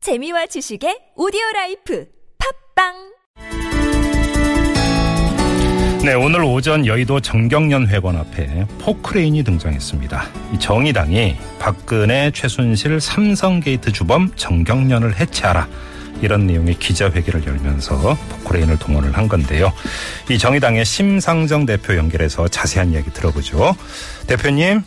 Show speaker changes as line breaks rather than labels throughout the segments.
재미와 지식의 오디오 라이프 팝빵
네, 오늘 오전 여의도 정경련회관 앞에 포크레인이 등장했습니다. 이 정의당이 박근혜, 최순실, 삼성게이트 주범 정경련을 해체하라. 이런 내용의 기자회견을 열면서 포크레인을 동원을 한 건데요. 이 정의당의 심상정 대표 연결해서 자세한 이야기 들어보죠. 대표님.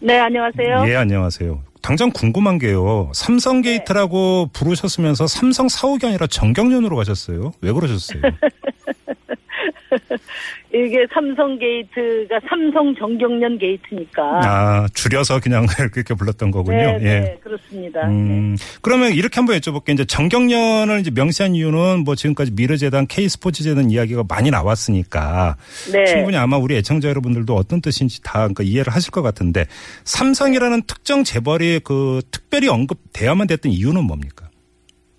네, 안녕하세요.
예, 안녕하세요. 당장 궁금한 게요. 삼성게이트라고 부르셨으면서 삼성 사옥이 아니라 정경련으로 가셨어요. 왜 그러셨어요?
이게 삼성 게이트가 삼성 정경련 게이트니까.
아, 줄여서 그냥 그렇게 불렀던 거군요.
네,
예.
네, 그렇습니다.
음,
네.
그러면 이렇게 한번 여쭤볼게요. 이제 정경련을 이제 명시한 이유는 뭐 지금까지 미르재단, K스포츠재단 이야기가 많이 나왔으니까
네.
충분히 아마 우리 애청자 여러분들도 어떤 뜻인지 다그니까 이해를 하실 것 같은데 삼성이라는 특정 재벌이 그 특별히 언급되어야만 됐던 이유는 뭡니까?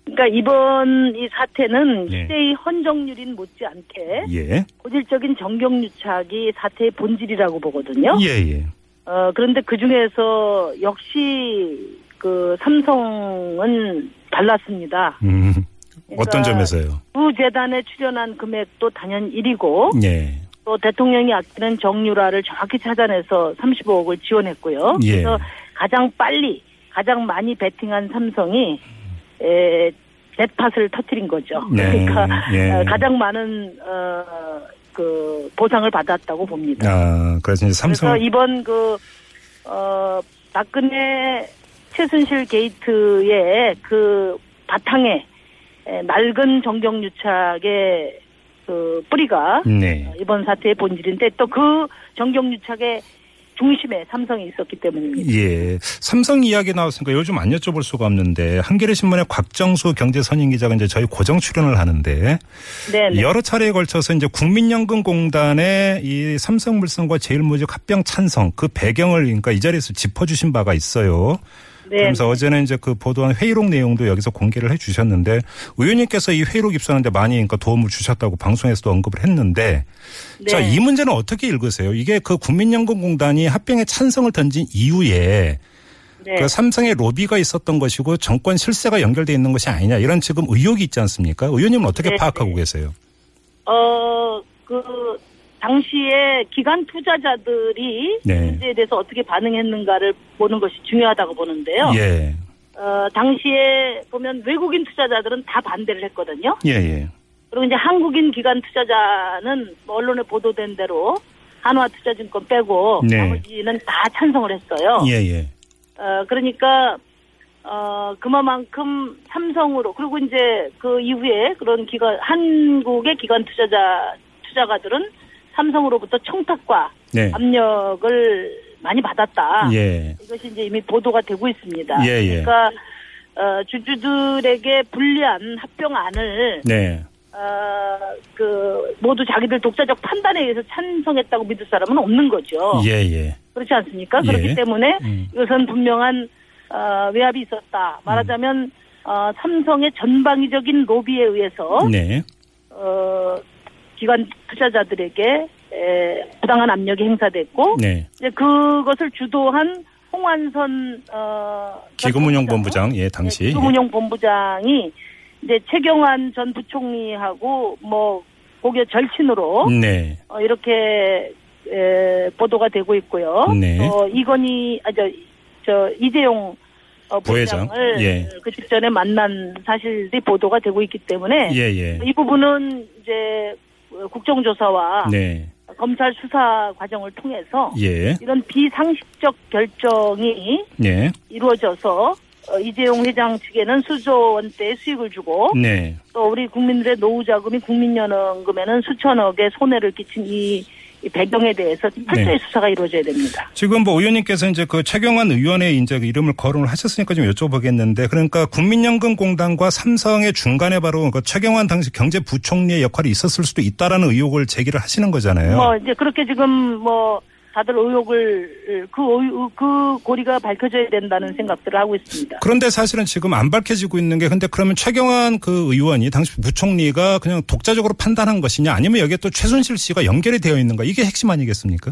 그러니까 이번 이 사태는
예.
시대의 헌정률인 못지않게
예.
고질적인 정경유착이 사태의 본질이라고 보거든요.
예, 예.
어, 그런데 그 중에서 역시 그 삼성은 달랐습니다.
음. 어떤
그러니까
점에서요?
두 재단에 출연한 금액도 단연 1위고
예.
또 대통령이 아끼는 정유라를 정확히 찾아내서 35억을 지원했고요.
예.
그래서 가장 빨리 가장 많이 베팅한 삼성이 에, 넷팟을 터트린 거죠.
네,
그러니까
예.
어, 가장 많은 어, 그 보상을 받았다고 봅니다.
아, 그래서 이제 삼성
그래서 이번 그 어, 박근혜 최순실 게이트의 그 바탕에 에, 낡은 정경유착의 그 뿌리가
네.
이번 사태의 본질인데 또 그 정경유착의 중심에 삼성이 있었기 때문입니다.
예. 삼성 이야기 나왔으니까 요즘 안 여쭤볼 수가 없는데 한겨레 신문의 곽정수 경제선임 기자가 이제 저희 고정 출연을 하는데
네, 네.
여러 차례에 걸쳐서 이제 국민연금공단의 이 삼성물산과 제일모직 합병 찬성 그 배경을 그러니까 이 자리에서 짚어주신 바가 있어요.
네.
그러면서 어제는 이제 그 보도한 회의록 내용도 여기서 공개를 해주셨는데 의원님께서 이 회의록 입수하는데 많이 그러니까 도움을 주셨다고 방송에서도 언급을 했는데
네.
자, 이 문제는 어떻게 읽으세요? 이게 그 국민연금공단이 합병에 찬성을 던진 이후에
네.
그 삼성의 로비가 있었던 것이고 정권 실세가 연결돼 있는 것이 아니냐 이런 지금 의혹이 있지 않습니까? 의원님은 어떻게
네,
파악하고 계세요?
어, 그 당시에 기관 투자자들이
네.
문제에 대해서 어떻게 반응했는가를 보는 것이 중요하다고 보는데요.
예,
어, 당시에 보면 외국인 투자자들은 다 반대를 했거든요.
예, 예,
그리고 이제 한국인 기관 투자자는 뭐 언론에 보도된 대로 한화투자증권 빼고
네.
나머지는 다 찬성을 했어요.
예, 예,
어, 그러니까, 어, 그만큼 삼성으로, 그리고 이제 그 이후에 그런 기관, 한국의 기관 투자자, 투자가들은 삼성으로부터 청탁과
네,
압력을 많이 받았다.
예,
이것이 이제 이미 보도가 되고 있습니다.
예, 예.
그러니까, 어, 주주들에게 불리한 합병안을,
네,
어, 그, 모두 자기들 독자적 판단에 의해서 찬성했다고 믿을 사람은 없는 거죠.
예, 예,
그렇지 않습니까?
예.
그렇기 때문에
음.
이것은 분명한 어, 외압이 있었다. 말하자면 어, 삼성의 전방위적인 로비에 의해서
네,
어, 기관 투자자들에게 에, 부당한 압력이 행사됐고
네.
이제 그것을 주도한 홍완선 어,
기금운용본부장 예
네,
당시
기금운용본부장이 이제 최경환 전 부총리하고 뭐 고교 절친으로
예. 네,
어, 이렇게 에, 보도가 되고 있고요.
네.
어, 이건희 아저 저 이재용 어,
부회장,
부회장을
예.
그 직전에 만난 사실이 보도가 되고 있기 때문에
예, 예,
이 부분은 이제 어, 국정조사와
네,
검찰 수사 과정을 통해서
예,
이런 비상식적 결정이
예,
이루어져서 어, 이재용 회장 측에는 수조 원대의 수익을 주고
네,
또 우리 국민들의 노후 자금이 국민연금에는 수천억의 손해를 끼친 이, 이 배경에 대해서
네.
철저히 수사가 이루어져야 됩니다.
지금 뭐 의원님께서 이제 그 최경환 의원의 이제 그 이름을 거론을 하셨으니까 좀 여쭤보겠는데 그러니까 국민연금공단과 삼성의 중간에 바로 그 최경환 당시 경제부총리의 역할이 있었을 수도 있다라는 의혹을 제기를 하시는 거잖아요.
뭐 이제 그렇게 지금 뭐 다들 의혹을 그, 의- 그 고리가 밝혀져야 된다는 생각들을 하고 있습니다.
그런데 사실은 지금 안 밝혀지고 있는 게 근데 그러면 최경환 그 의원이 당시 부총리가 그냥 독자적으로 판단한 것이냐 아니면 여기에 또 최순실 씨가 연결이 되어 있는가 이게 핵심 아니겠습니까?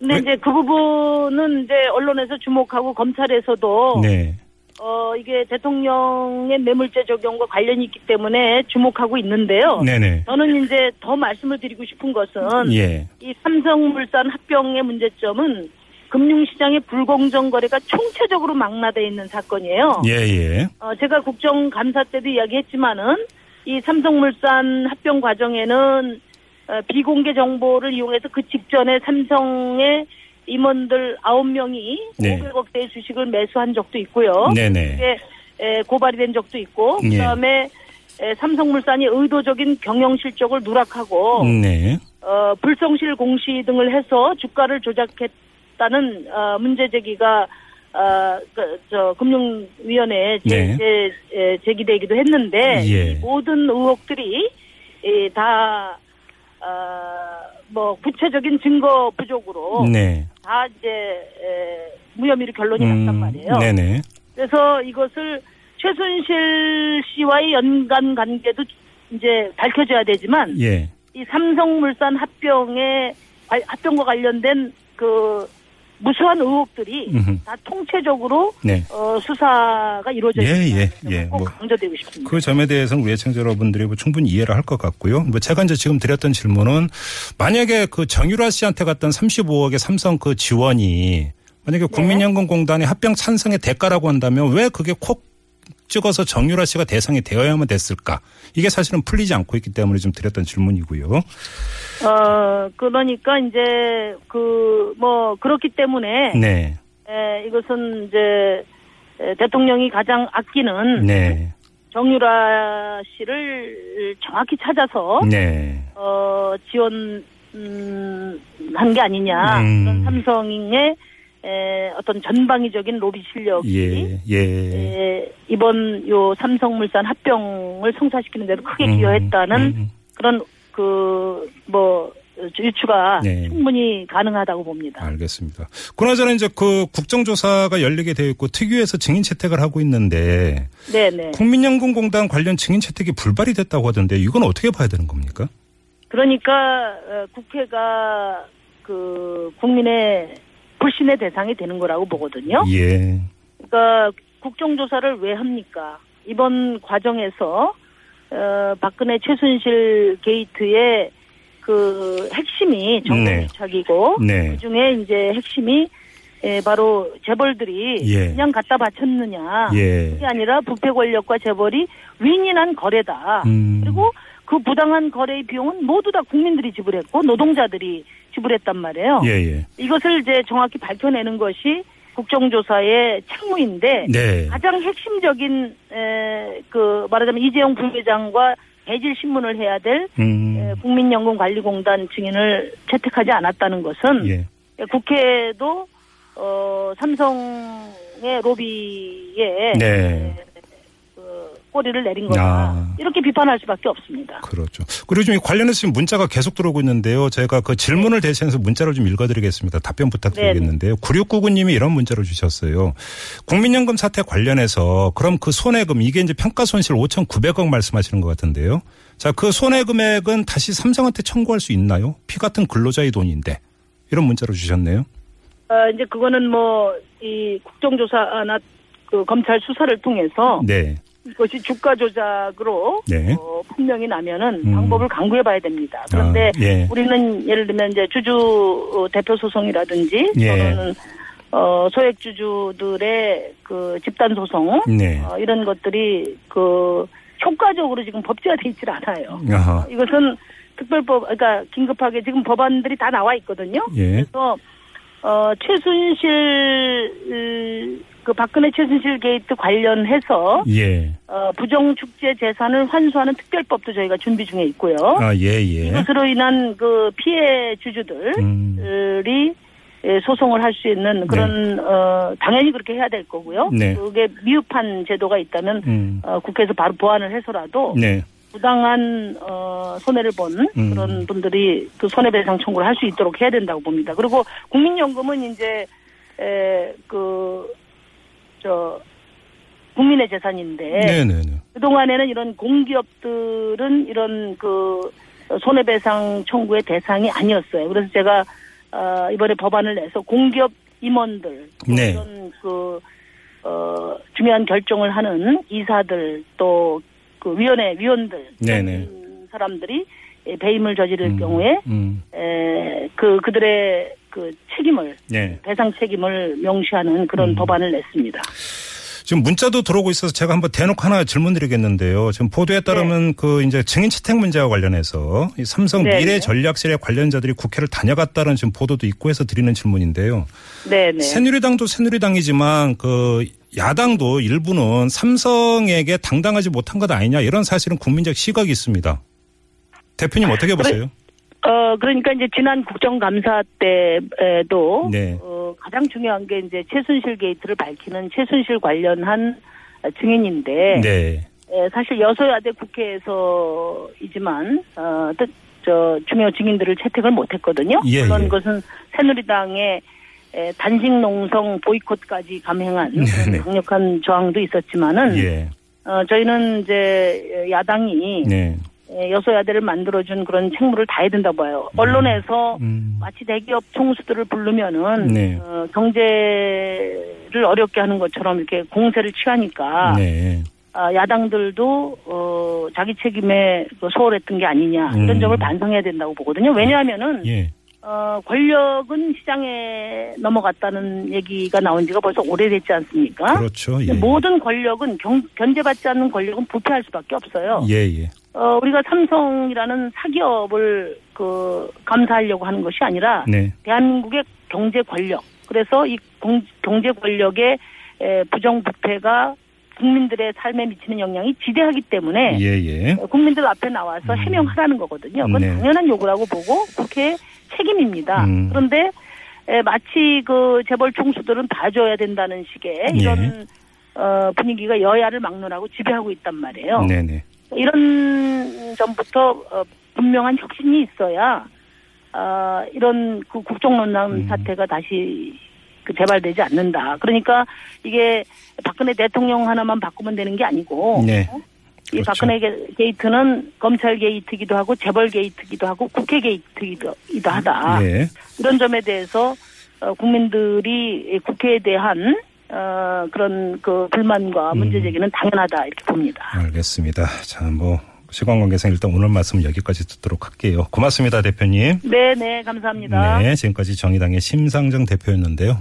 근데 그
왜-
이제 그 부분은 이제 언론에서 주목하고 검찰에서도
네.
어, 이게 대통령의 뇌물죄 적용과 관련이 있기 때문에 주목하고 있는데요.
네네.
저는 이제 더 말씀을 드리고 싶은 것은
예.
이 삼성물산 합병의 문제점은 금융시장의 불공정 거래가 총체적으로 망라돼 있는 사건이에요.
예, 예.
어, 제가 국정감사 때도 이야기했지만은 이 삼성물산 합병 과정에는 어, 비공개 정보를 이용해서 그 직전에 삼성의 임원들 9명이
네.
500억 대의 주식을 매수한 적도 있고요.
네네.
이게 에, 고발이 된 적도 있고
예.
그다음에 에, 삼성물산이 의도적인 경영 실적을 누락하고
네.
어, 불성실 공시 등을 해서 주가를 조작했다는 어, 문제 제기가 어, 그, 저 금융위원회에 제,
네.
제, 예, 제기되기도 했는데
예.
이 모든 의혹들이 예, 다 어, 뭐 구체적인 증거 부족으로
네.
다 이제 에, 무혐의로 결론이 났단
음,
예, 말이에요.
네네.
그래서 이것을 최순실 씨와의 연관 관계도 이제 밝혀져야 되지만
예.
이 삼성물산 합병에 아, 합병과 관련된 그 무수한 의혹들이
음흠.
다 통체적으로
네.
어, 수사가 이루어져
예,
있다는
예,
점을
예,
꼭
뭐.
강조드리고 싶습니다.
그 점에 대해서는 우리 애청자 여러분들이 뭐 충분히 이해를 할 것 같고요. 뭐 제가 이제 지금 드렸던 질문은 만약에 그 정유라 씨한테 갔던 35억의 삼성 그 지원이
네.
만약에 국민연금공단의 합병 찬성의 대가라고 한다면 왜 그게 콕 찍어서 정유라 씨가 대상이 되어야만 됐을까? 이게 사실은 풀리지 않고 있기 때문에 좀 드렸던 질문이고요.
어, 그러니까 이제 그 뭐 그렇기 때문에
네.
에, 이것은 이제 에, 대통령이 가장 아끼는
네.
정유라 씨를 정확히 찾아서
네.
어, 지원, 음, 한 게 아니냐.
음.
그런 삼성의 에, 어떤 전방위적인 로비 실력이
예. 예.
에, 이번 요 삼성물산 합병을 성사시키는 데도 크게
음,
기여했다는
음,
그런 그, 뭐, 유추가
네. 아.
충분히 가능하다고 봅니다.
알겠습니다. 그나저나 이제 그 국정조사가 열리게 되어 있고 특유에서 증인 채택을 하고 있는데
네네.
국민연금공단 관련 증인 채택이 불발이 됐다고 하던데 이건 어떻게 봐야 되는 겁니까?
그러니까 어, 국회가 그 국민의 불신의 대상이 되는 거라고 보거든요.
예.
그러니까 국정조사를 왜 합니까? 이번 과정에서 어, 박근혜 최순실 게이트의 그
네.
핵심이 정부착이고
네.
그 중에 이제 핵심이 예, 바로 재벌들이
예.
그냥 갖다 바쳤느냐
예.
그게 아니라 부패 권력과 재벌이 윈윈한 거래다.
음.
그리고 그 부당한 거래의 비용은 모두 다 국민들이 지불했고 노동자들이 지불했단 말이에요.
예, 예.
이것을 이제 정확히 밝혀내는 것이 국정조사의 책무인데
네.
가장 핵심적인 에, 그 말하자면 이재용 부회장과 배질 신문을 해야 될 에,
음.
국민연금관리공단 증인을 채택하지 않았다는 것은
예.
국회도 어, 삼성의 로비에
네.
그 꼬리를 내린 거다
아.
이렇게 비판할 수밖에 없습니다.
그렇죠. 그리고 지금 관련해서 지금 문자가 계속 들어오고 있는데요. 제가 그 질문을 대신해서 문자를 좀 읽어드리겠습니다. 답변 부탁드리겠는데요. 9699님이 이런 문자를 주셨어요. 국민연금 사태 관련해서 그럼 그 손해금 이게 이제 평가 손실 5,900억 말씀하시는 것 같은데요. 자, 그 손해 금액은 다시 삼성한테 청구할 수 있나요? 피 같은 근로자의 돈인데 이런 문자를 주셨네요.
어, 이제 그거는 뭐 이 국정조사나 그 검찰 수사를 통해서
네,
이것이 주가 조작으로
네.
어, 판명이 나면은
음.
방법을 강구해 봐야 됩니다. 그런데
아, 예.
우리는 예를 들면 이제 주주 어, 대표 소송이라든지
예.
또는 어, 소액 주주들의 그 집단 소송
네.
어, 이런 것들이 그 효과적으로 지금 법제화 돼 있질 않아요.
아하.
이것은 특별법 그러니까 긴급하게 지금 법안들이 다 나와 있거든요.
예,
그래서 어 최순실 음, 그 박근혜 최순실 게이트 관련해서
예,
어 부정 축제 재산을 환수하는 특별법도 저희가 준비 중에 있고요.
아, 예, 예.
이것으로 인한 그 피해 주주들이
음,
예, 소송을 할 수 있는 그런 어 당연히 그렇게 해야 될 거고요.
네.
그게 미흡한 제도가 있다면
음,
어, 국회에서 바로 보완을 해서라도
네.
부당한 어, 손해를 본
음.
그런 분들이 그 손해배상 청구를 할 수 있도록 해야 된다고 봅니다. 그리고 국민연금은 이제 에그저 국민의 재산인데
네, 네, 네.
그 동안에는 이런 공기업들은 이런 그 손해배상 청구의 대상이 아니었어요. 그래서 제가 어, 이번에 법안을 내서 공기업 임원들 또
네.
이런 그 어, 중요한 결정을 하는 이사들 또 그 위원회 위원들
네네.
그런 사람들이 예, 배임을 저지를
음,
경우에
음.
에, 그 그들의 그 책임을
네. 음.
배상 책임을 명시하는 그런 법안을 냈습니다.
지금 문자도 들어오고 있어서 제가 한번 대놓고 하나 질문 드리겠는데요. 지금 보도에 따르면 그 이제 증인 채택 문제와 관련해서 이 삼성
네,
미래
네.
전략실의 관련자들이 국회를 다녀갔다는 지금 보도도 있고 해서 드리는 질문인데요.
네네.
새누리당도 새누리당이지만 그 야당도 일부는 삼성에게 당당하지 못한 것 아니냐 이런 사실은 국민적 시각이 있습니다. 대표님 어떻게 보세요?
어, 그러니까 이제 지난 국정감사 때에도
네.
어, 가장 중요한 게 이제 최순실 게이트를 밝히는 최순실 관련한 증인인데
네.
에, 사실 여소야대 국회에서이지만 어, 뜻, 저 중요 증인들을 채택을 못했거든요.
예,
그런
예.
것은 새누리당의 에, 단식 농성 보이콧까지 감행한 그런
네, 네.
강력한 저항도 있었지만은
예.
어, 저희는 이제 야당이
네.
에, 예, 여소야대를 만들어준 그런 책무를 다해야 된다고 봐요. 언론에서
음.
마치 대기업 총수들을 부르면은
네.
어, 경제를 어렵게 하는 것처럼 이렇게 공세를 취하니까
네.
아, 야당들도 어, 자기 책임에 그 소홀했던 게 아니냐
음.
이런 점을 반성해야 된다고 보거든요. 왜냐하면은
예.
어, 권력은 시장에 넘어갔다는 얘기가 나온 지가 벌써 오래됐지 않습니까?
그렇죠. 예.
근데 아? 네, 모든 권력은 경, 견제받지 않는 권력은 부패할 수밖에 없어요.
예, 예.
어, 우리가 삼성이라는 사기업을 그 감사하려고 하는 것이 아니라
네.
대한민국의 경제 권력 그래서 이 공- 경제 권력의 에, 부정부패가 국민들의 삶에 미치는 영향이 지대하기 때문에
예, 예.
어, 국민들 앞에 나와서
음.
해명하라는 거거든요. 그건
네.
당연한 요구라고 보고 국회의 책임입니다.
음.
그런데 에, 마치 그 재벌 총수들은 봐줘야 된다는 식의
예.
이런 어, 분위기가 여야를 막론하고 지배하고 있단 말이에요.
네네.
이런 점부터 어, 분명한 혁신이 있어야 아, 이런 그 국정농단
음.
사태가 다시 그 재발되지 않는다. 그러니까 이게 박근혜 대통령 하나만 바꾸면 되는 게 아니고
네.
이
그렇죠.
박근혜 게- 게이트는 검찰 게이트기도 하고 재벌 게이트기도 하고 국회 게이트기도 이도 하다.
예.
이런 점에 대해서 어, 국민들이 이 국회에 대한 어, 그런 그 불만과
음.
문제 제기는 당연하다 이렇게 봅니다.
알겠습니다. 자, 뭐 시간 관계상 일단 오늘 말씀 여기까지 듣도록 할게요. 고맙습니다, 대표님.
네, 네, 감사합니다.
네, 지금까지 정의당의 심상정 대표였는데요.